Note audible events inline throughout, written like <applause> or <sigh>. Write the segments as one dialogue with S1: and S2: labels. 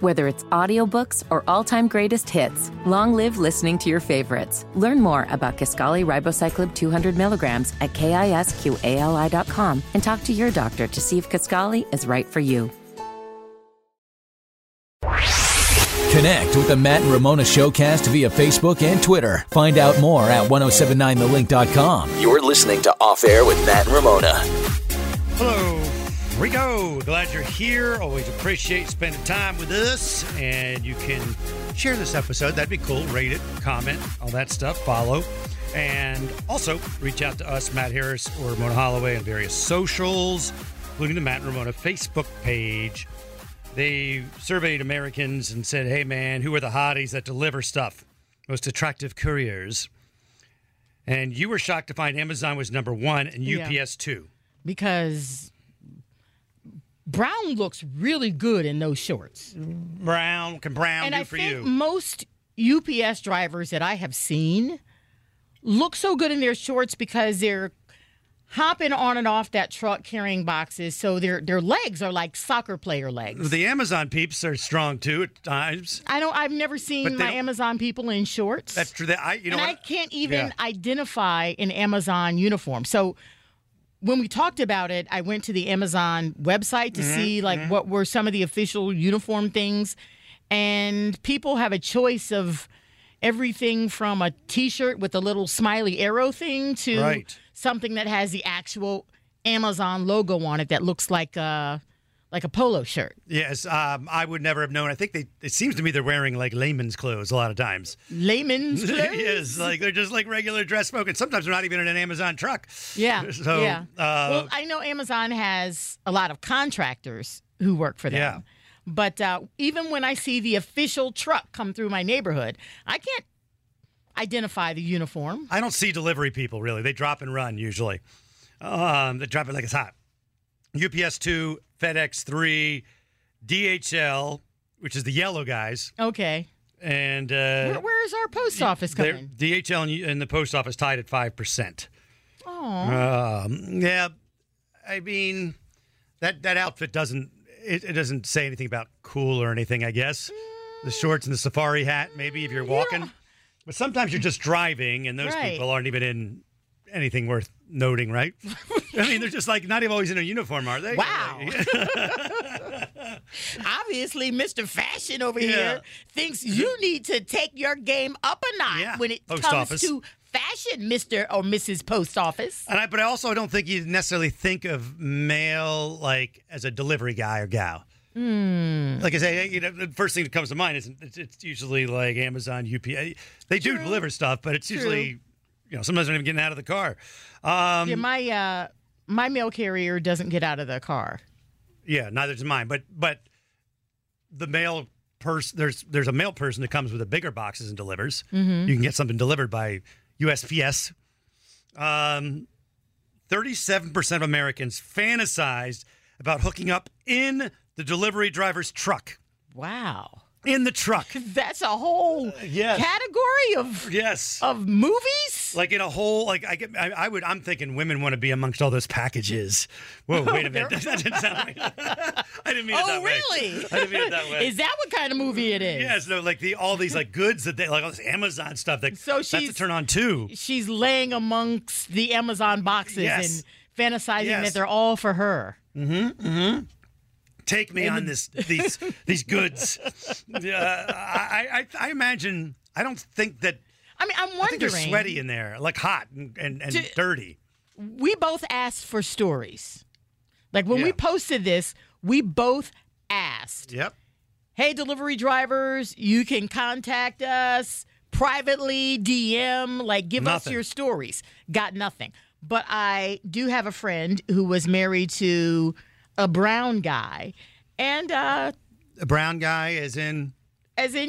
S1: Whether it's audiobooks or all-time greatest hits, long live listening to your favorites. Learn more about Kaskali Ribocyclib 200 milligrams at kisqali.com and talk to your doctor to see if Kaskali is right for you.
S2: Connect with the Matt and Ramona Showcast via Facebook and Twitter. Find out more at 1079thelink.com. You're listening to Off Air with Matt and Ramona.
S3: Hello, here we go. Glad you're here. Always appreciate spending time with us. And you can share this episode. That'd be cool. Rate it, comment, all that stuff. Follow. And also reach out to us, Matt Harris or Ramona Holloway, on various socials, including the Matt and Ramona Facebook page. They surveyed Americans and said, hey, man, who are the hotties that deliver stuff? Most attractive couriers. And you were shocked to find Amazon was number one and
S4: Yeah.
S3: UPS two.
S4: because Brown looks really good in those shorts.
S3: Brown can Brown
S4: and
S3: do
S4: I
S3: for
S4: think
S3: you.
S4: most UPS drivers that I have seen look so good in their shorts because they're hopping on and off that truck carrying boxes, so their their legs are like soccer player legs.
S3: the Amazon peeps are strong too at times.
S4: I don't. I've never
S3: But
S4: seen
S3: they
S4: my
S3: don't-
S4: Amazon people in shorts.
S3: That's true. That I, you know,
S4: and I
S3: what?
S4: can't even
S3: Yeah.
S4: identify an Amazon uniform. So when we talked about it, I went to the Amazon website to
S3: Mm-hmm.
S4: see like what were some of the official uniform things, and people have a choice of everything from a T-shirt with a little smiley arrow thing to
S3: Right.
S4: something that has the actual Amazon logo on it that looks like a like a polo shirt.
S3: yes, um, I would never have known. I think they. It seems to me they're wearing like layman's clothes a lot of times.
S4: <laughs>
S3: <laughs>
S4: Layman's clothes?
S3: yes, like they're just like regular dress folk, and sometimes they're not even in an Amazon truck.
S4: Yeah.
S3: <laughs> So,
S4: yeah.
S3: uh,
S4: well, I know Amazon has a lot of contractors who work for them.
S3: Yeah.
S4: But uh, even when I see the official truck come through my neighborhood, I can't identify the uniform.
S3: I don't see delivery people really. They drop and run usually. Um, they drop it like it's hot. UPS two, FedEx three, DHL, which is the yellow guys,
S4: Okay.
S3: and uh,
S4: Where, where is our post office
S3: they're-
S4: coming?
S3: DHL and, and the post office tied at five percent.
S4: Oh,
S3: Um, yeah, I mean that that outfit doesn't it, it doesn't say anything about cool or anything. I guess the shorts and the safari hat, maybe if you're walking. But sometimes you're just driving, and those
S4: Right.
S3: people aren't even in anything worth noting, right? <laughs> I mean, they're just like not even always in a uniform, are they?
S4: Wow.
S3: Like,
S4: obviously, Mr. Fashion over
S3: Yeah. Mm-hmm.
S4: here thinks you need to take your game up a notch
S3: Yeah.
S4: when it
S3: Post
S4: comes
S3: office.
S4: to fashion, Mr. or Mrs. Post Office.
S3: and I, but I also don't think you necessarily think of male like as a delivery guy or gal. Like I say, you know, the first thing that comes to mind is it's, it's usually like Amazon, UPA. They do deliver stuff, but it's usually, you know, sometimes they're not even getting out of the car. Um,
S4: Yeah, my uh, my mail carrier doesn't get out of the car.
S3: yeah, neither does mine. But but the male person, there's there's a male person that comes with the bigger boxes and delivers.
S4: Mm-hmm.
S3: You can get something delivered by USPS. Um, thirty-seven percent of Americans fantasized about hooking up in the delivery driver's truck.
S4: Wow.
S3: In the truck.
S4: That's a whole
S3: Uh, yes.
S4: category of
S3: Yes.
S4: of movies.
S3: like in a whole like I, get, I I would I'm thinking women want to be amongst all those packages. Whoa,
S4: <laughs>
S3: wait a minute, <laughs> that didn't sound like. I didn't mean it
S4: oh,
S3: that way.
S4: really?
S3: I didn't mean it
S4: <laughs>
S3: that way.
S4: Is that what kind of movie it is?
S3: yes, no, like the all these like goods that they like all this Amazon stuff that
S4: So
S3: that's a
S4: she's-
S3: turn on too.
S4: She's laying amongst the Amazon boxes
S3: Yes.
S4: and fantasizing
S3: Yes.
S4: that they're all for her.
S3: Take me on this these these <laughs> goods. Yeah, I, I I imagine I don't think that
S4: I mean, I'm
S3: I think they're
S4: wondering.
S3: sweaty in there, like hot and and, and
S4: Do-
S3: dirty.
S4: We both asked for stories. Like when
S3: Yeah.
S4: we posted this, we both asked,
S3: Yep.
S4: "Hey, delivery drivers, you can contact us privately, DM, like give
S3: Nothing.
S4: us your stories." Got nothing. But I do have a friend who was married to a brown guy, and uh,
S3: A brown guy is in.
S4: as in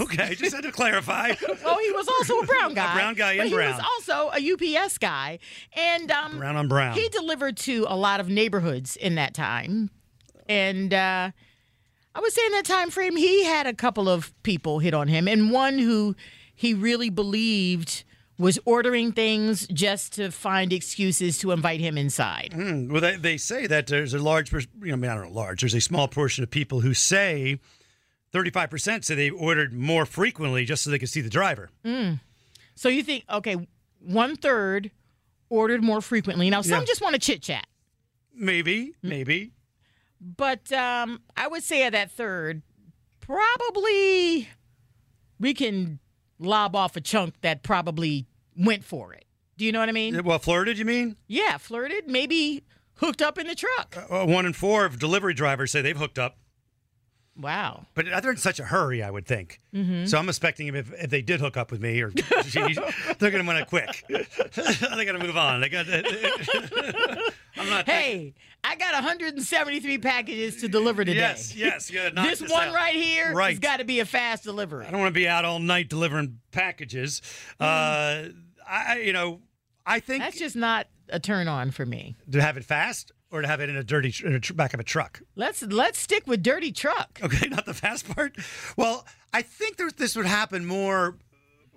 S3: <laughs> Okay, just had to <laughs> clarify.
S4: Well, Oh, he was also a brown guy.
S3: brown guy
S4: but
S3: and
S4: he
S3: brown.
S4: was also a UPS guy, and um,
S3: brown on brown.
S4: He delivered to a lot of neighborhoods in that time, and uh, I would say in that time frame, he had a couple of people hit on him, and one who he really believed was ordering things just to find excuses to invite him inside.
S3: Well, they, they say that there's a large, pers- you know, I mean, I don't know, large. There's a small portion of people who say 35% said they ordered more frequently just so they could see the driver.
S4: So you think okay, one third ordered more frequently. Now some
S3: Yeah.
S4: just want to chit chat,
S3: Maybe, maybe.
S4: but um, I would say of that third, probably we can lob off a chunk that probably went for it. Do you know what I mean?
S3: Well, flirted, you mean?
S4: Yeah, flirted, maybe hooked up in the truck.
S3: Uh, one in four of delivery drivers say they've hooked up,
S4: Wow.
S3: but they're in such a hurry, I would think.
S4: Mm-hmm.
S3: So I'm expecting if, if they did hook up with me, or <laughs> they're going to want to quick. <laughs> they got to move on. They got. <laughs> I'm not.
S4: Hey, I got 173 packages to deliver today.
S3: yes, yes. You gotta knock
S4: This one
S3: out.
S4: right here has
S3: Right.
S4: got to be a fast delivery.
S3: I don't want to be out all night delivering packages. Uh, I, you know, I think
S4: Mm. That's just not a turn on for me.
S3: to have it fast or to have it in a dirty tr- in a tr- back of a truck.
S4: Let's let's stick with dirty truck.
S3: Okay, <laughs> not the fast part. Well, I think there's, this would happen more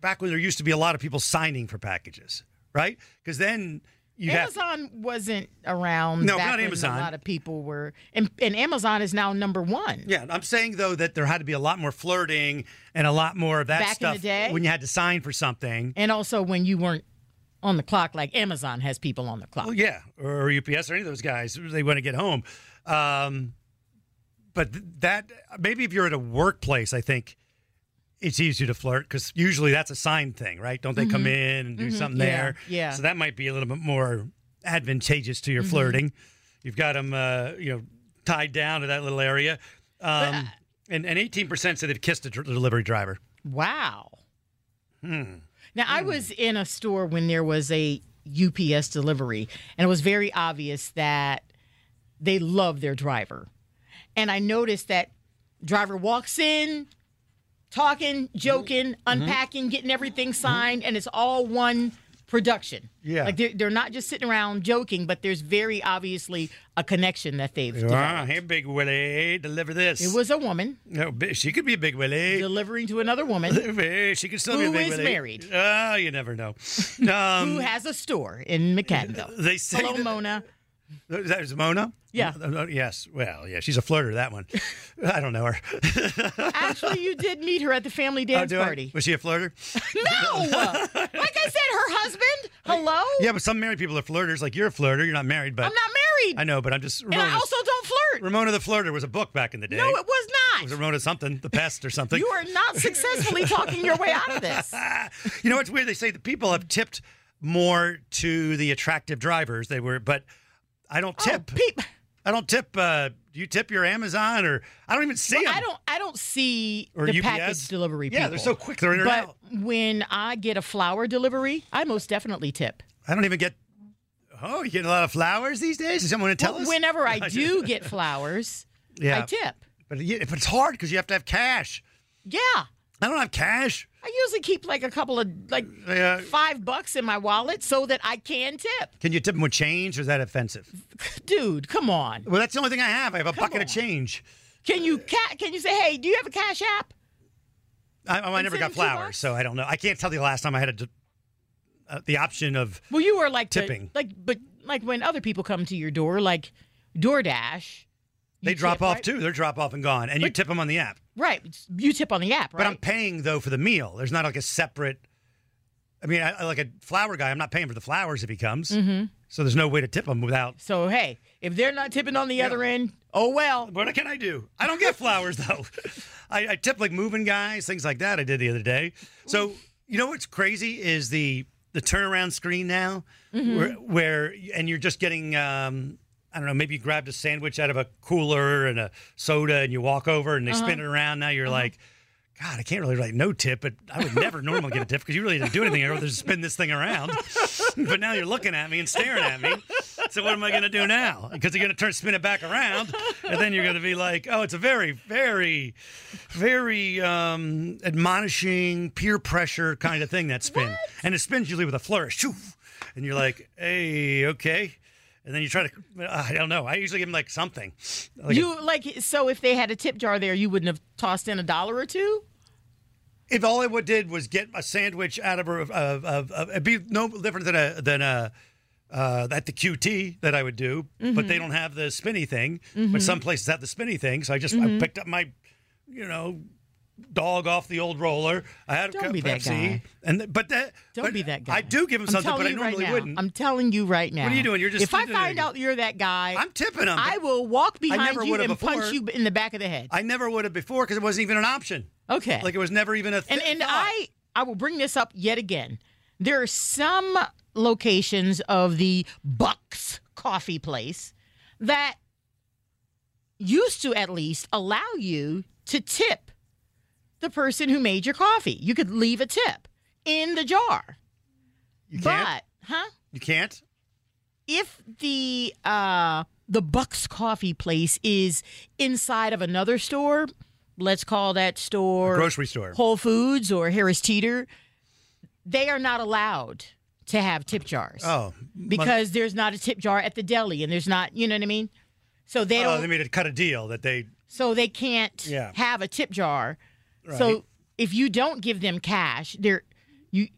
S3: back when there used to be a lot of people signing for packages, right? Because then you have
S4: Amazon wasn't around.
S3: No,
S4: back
S3: not
S4: when
S3: Amazon.
S4: A lot of people were, and, and Amazon is now number one.
S3: yeah. I'm saying though that there had to be a lot more flirting and a lot more of that
S4: Back in
S3: stuff
S4: the day?
S3: when you had to sign for something.
S4: And also when you weren't on the clock, like Amazon has people on the clock.
S3: Well, Oh, yeah, or UPS or any of those guys, they want to get home. Um, but th- that maybe if you're at a workplace, I think it's easier to flirt because usually that's a sign thing, right? Don't they come in and do something
S4: Mm-hmm. Yeah,
S3: there?
S4: yeah. Mm-hmm.
S3: So that might be a little bit more advantageous to your flirting. You've got them, uh, you know, tied down to that little area. Um, and, and 18% said they've kissed a dr- delivery driver.
S4: Wow. Now I was in a store when there was a UPS delivery, and it was very obvious that they love their driver. And I noticed that driver walks in, talking, joking, unpacking, getting everything signed, and it's all one production.
S3: Yeah.
S4: like they're, they're not just sitting around joking, but there's very obviously a connection that they've.
S3: Ah,
S4: developed.
S3: hey, Big Willie, deliver this.
S4: It was a woman
S3: No, bi- she could be a Big Willie.
S4: delivering to another woman
S3: <coughs> Hey, She could still
S4: Who
S3: be a big
S4: is
S3: Willie.
S4: married?
S3: Ah, you never know. Um,
S4: <laughs> who has a store in McCadville.
S3: they say
S4: Hello,
S3: that,
S4: Mona.
S3: that was Mona.
S4: Yeah.
S3: Uh, uh, Yes. Well, yeah. She's a flirter. That
S4: <laughs>
S3: one. I don't know her.
S4: Actually, you did meet her at the family
S3: Oh,
S4: dance
S3: do I?
S4: party.
S3: Was she a flirter?
S4: No, like I said, her husband. Hello,
S3: Yeah, but some married people are flirters. Like you're a flirter. You're not married, but
S4: I'm not married,
S3: I know. But I'm just
S4: and
S3: Ramona.
S4: I also don't flirt.
S3: Ramona the Flirter was a book back in the day.
S4: No, it was
S3: It was
S4: not.
S3: Ramona something, the pest or something. Ah, <laughs>
S4: You are not successfully talking your way out of this.
S3: you know, it's weird. They say that people have tipped more to the attractive drivers. They were, but I don't
S4: Oh,
S3: tip.
S4: peep.
S3: I don't tip. Uh, do you tip your Amazon or I don't even see them.
S4: I don't. I don't see
S3: Or
S4: the
S3: UPS?
S4: package delivery.
S3: Yeah, they're
S4: people.
S3: so quick, they're in and
S4: But
S3: out.
S4: when I get a flower delivery, I most definitely tip.
S3: I don't even get. Oh, you get a lot of flowers these days. Is someone to tell us? <laughs>
S4: Whenever I do get flowers,
S3: yeah,
S4: I tip.
S3: But, you- but it's hard because you have to have cash.
S4: Yeah.
S3: I don't have cash.
S4: I usually keep like a couple of like
S3: Yeah.
S4: five bucks in my wallet so that I can tip.
S3: Can you tip them with change? Or is that offensive?
S4: Dude, come on.
S3: Well, that's the only thing I have. I have a bucket
S4: on.
S3: of change.
S4: Can you ca- can you say, hey, do you have a cash app?
S3: I, I never
S4: send
S3: got
S4: two
S3: flowers,
S4: bucks?
S3: so I don't know. I can't tell the last time I had a, d- uh, the option of.
S4: Well, you were like the-
S3: Tipping.
S4: like but like when other people come to your door, like DoorDash,
S3: They
S4: you
S3: drop
S4: tip,
S3: off
S4: right?
S3: too. They're drop off and gone, and you tip them on the app.
S4: right? You tip on the app, right?
S3: But I'm paying though for the meal. There's not like a separate. I mean, I, I- like a flower guy, I'm not paying for the flowers if he comes. Mm-hmm. So there's no way to tip him without.
S4: so hey, if they're not tipping on the other end, oh well.
S3: What can I do? I don't get flowers though. <laughs> I, I tip like moving guys, things like that. I did the other day. So you know what's crazy is the the turnaround screen now, where, where and you're just getting. Um, I don't know. Maybe you grabbed a sandwich out of a cooler and a soda, and you walk over and they spin it around. Now you're like, God, I can't really write no tip, but I would never normally get a tip because you really didn't do anything. I would just spin this thing around. <laughs> but now you're looking at me and staring at me. So what am I going to do now? Because you're going to turn spin it back around, and then you're going to be like, oh, it's a very, very, very um, admonishing peer pressure kind of thing that spin, and it spins usually with a flourish, Shoo! and you're like, hey, okay. And then you try to, I don't know. I usually give them like something. Like a-
S4: you like so if they had a tip jar there, you wouldn't have tossed in a dollar or two.
S3: if all I would did was get a sandwich out of a, of, of, of it'd be no different than a than a uh, at the QT that I would
S4: Mm-hmm. Mm-hmm.
S3: do, but they don't have the spinny thing. But some places have the spinny thing, so I just I picked up my you know, dog off the old roller. I had a
S4: Don't
S3: cup
S4: be
S3: of
S4: that
S3: Pepsi.
S4: guy.
S3: And th- but that
S4: Don't
S3: but
S4: be that guy.
S3: I do give him
S4: I'm
S3: something,
S4: telling
S3: but I
S4: you right
S3: normally
S4: now.
S3: wouldn't.
S4: I'm telling you right now.
S3: are you doing? You're just
S4: If I
S3: sitting there.
S4: find out you're that guy,
S3: I'm tipping him.
S4: I will walk behind
S3: never
S4: you
S3: would've
S4: and
S3: before.
S4: punch you in the back of the head.
S3: I never would have before because it wasn't even an option.
S4: okay.
S3: Like it was never even a thing.
S4: and and I I will bring this up yet again. There are some locations of the Bucks coffee place that used to at least allow you to tip the person who made your coffee. You could leave a tip in the jar.
S3: you can't.
S4: But huh?
S3: You can't.
S4: if the uh the Bucks coffee place is inside of another store, let's call that store
S3: A grocery store.
S4: Whole Foods or Harris Teeter, they are not allowed to have tip jars.
S3: Oh,
S4: Because there's not a tip jar at the deli and there's not, you know what I mean? So they
S3: oh,
S4: don't
S3: they made it cut a deal that they
S4: so they can't
S3: Yeah.
S4: have a tip jar.
S3: Right.
S4: So if you don't give them cash, there you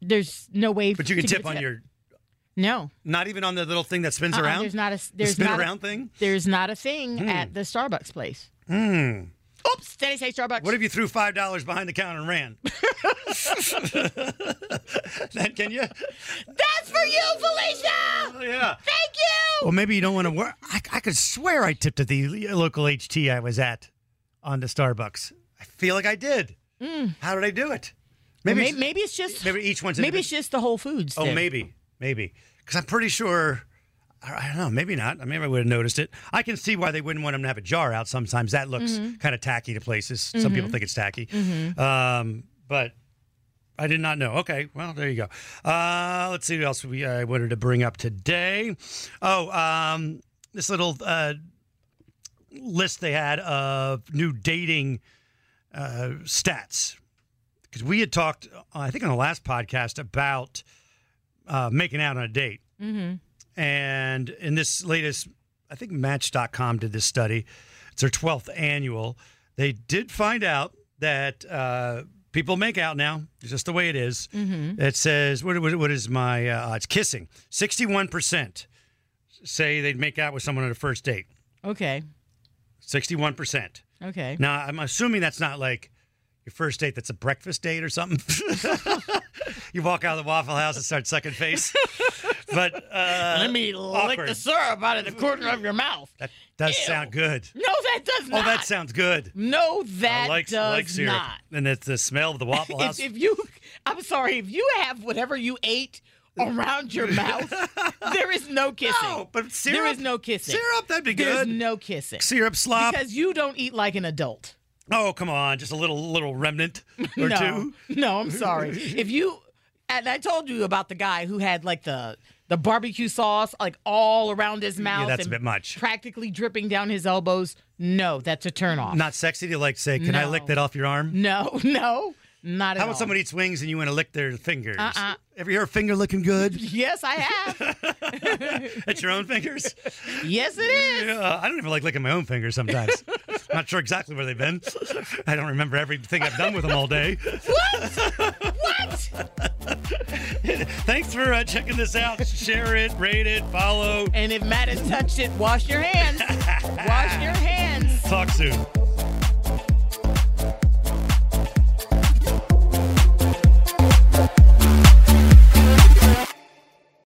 S4: there's no way
S3: But you can
S4: to get
S3: tip
S4: a
S3: on your,
S4: No.
S3: not even on the little thing that spins
S4: Uh-uh,
S3: around.
S4: There's not a
S3: the
S4: there's
S3: spin
S4: not a-
S3: around Hmm. thing.
S4: There's not a thing at the Starbucks place. Oops, did I say Starbucks?
S3: Hmm. What if you threw five dollars behind the counter and
S4: <laughs>
S3: ran? <laughs> that can you?
S4: That's for you, Felicia.
S3: Oh, yeah.
S4: Thank you.
S3: Well, maybe you don't want to work. I, I could swear I tipped at the local HT I was at on the Starbucks. I feel like I did.
S4: Mm.
S3: How did I do it?
S4: Maybe,
S3: Maybe
S4: maybe, it's just
S3: maybe each one's
S4: maybe
S3: individ-
S4: it's just the Whole Foods.
S3: Oh,
S4: thing.
S3: maybe, maybe. Because I'm pretty sure. I I don't know. Maybe not. I mean, I would have noticed it. I can see why they wouldn't want them to have a jar out. Sometimes that looks kind of tacky to places. Some people think it's tacky, um, but I did not know. Okay, well, there you go. Uh, let's see what else we I wanted to bring up today. Oh, um, this little uh, list they had of new dating uh, stats because we had talked, uh, I think, on the last podcast about uh, making out on a date. Mm-hmm. And in this latest, I think Match.com did this study. It's their 12th annual. They did find out that uh, people make out now. It's just the way it is. It says, what, what, what is my, uh, it's kissing. 61% say they'd make out with someone on a first date.
S4: Okay.
S3: 61%.
S4: Okay.
S3: Now, I'm assuming that's not like your first date that's a breakfast date or something. <laughs> you walk out of the Waffle House and start sucking face. But uh,
S4: Let me lick
S3: awkward.
S4: the syrup out of the corner of your mouth.
S3: that does sound good.
S4: No, that does
S3: Oh,
S4: not.
S3: that sounds good.
S4: no, that
S3: I like,
S4: does
S3: like syrup.
S4: not.
S3: And it's the smell of the
S4: <laughs>
S3: Waffle House.
S4: If, if you, I'm sorry, if you have whatever you ate around your
S3: <laughs>
S4: mouth, there is no kissing.
S3: no, but syrup.
S4: There is no kissing.
S3: Syrup, that'd be
S4: There's
S3: good.
S4: no kissing.
S3: syrup slop.
S4: Because you don't eat like an adult.
S3: oh, come on. Just a little little
S4: <laughs>
S3: remnant or
S4: no.
S3: two.
S4: No,
S3: <laughs>
S4: I'm sorry. if you and I told you about the guy who had like the the barbecue sauce like all around his mouth.
S3: that's a
S4: and
S3: bit much.
S4: Practically dripping down his elbows. No, that's a turnoff.
S3: Not sexy to like say, can I lick
S4: No.
S3: that off your arm?
S4: no, <laughs> no, not at
S3: How
S4: all.
S3: about somebody eats wings and you want to lick their fingers?
S4: Uh-uh.
S3: Ever hear a finger looking good?
S4: Yes,
S3: <laughs>
S4: I have.
S3: At
S4: <laughs>
S3: your own fingers?
S4: yes, it is.
S3: Yeah, I don't even like licking my own fingers sometimes. Not sure exactly where they've been. I don't remember everything I've done with them all day.
S4: What?
S3: <laughs> Thanks for uh, checking this out. Share it, rate it, follow. <laughs>
S4: And if Matt has touched it, wash your hands. wash your hands.
S3: Talk soon.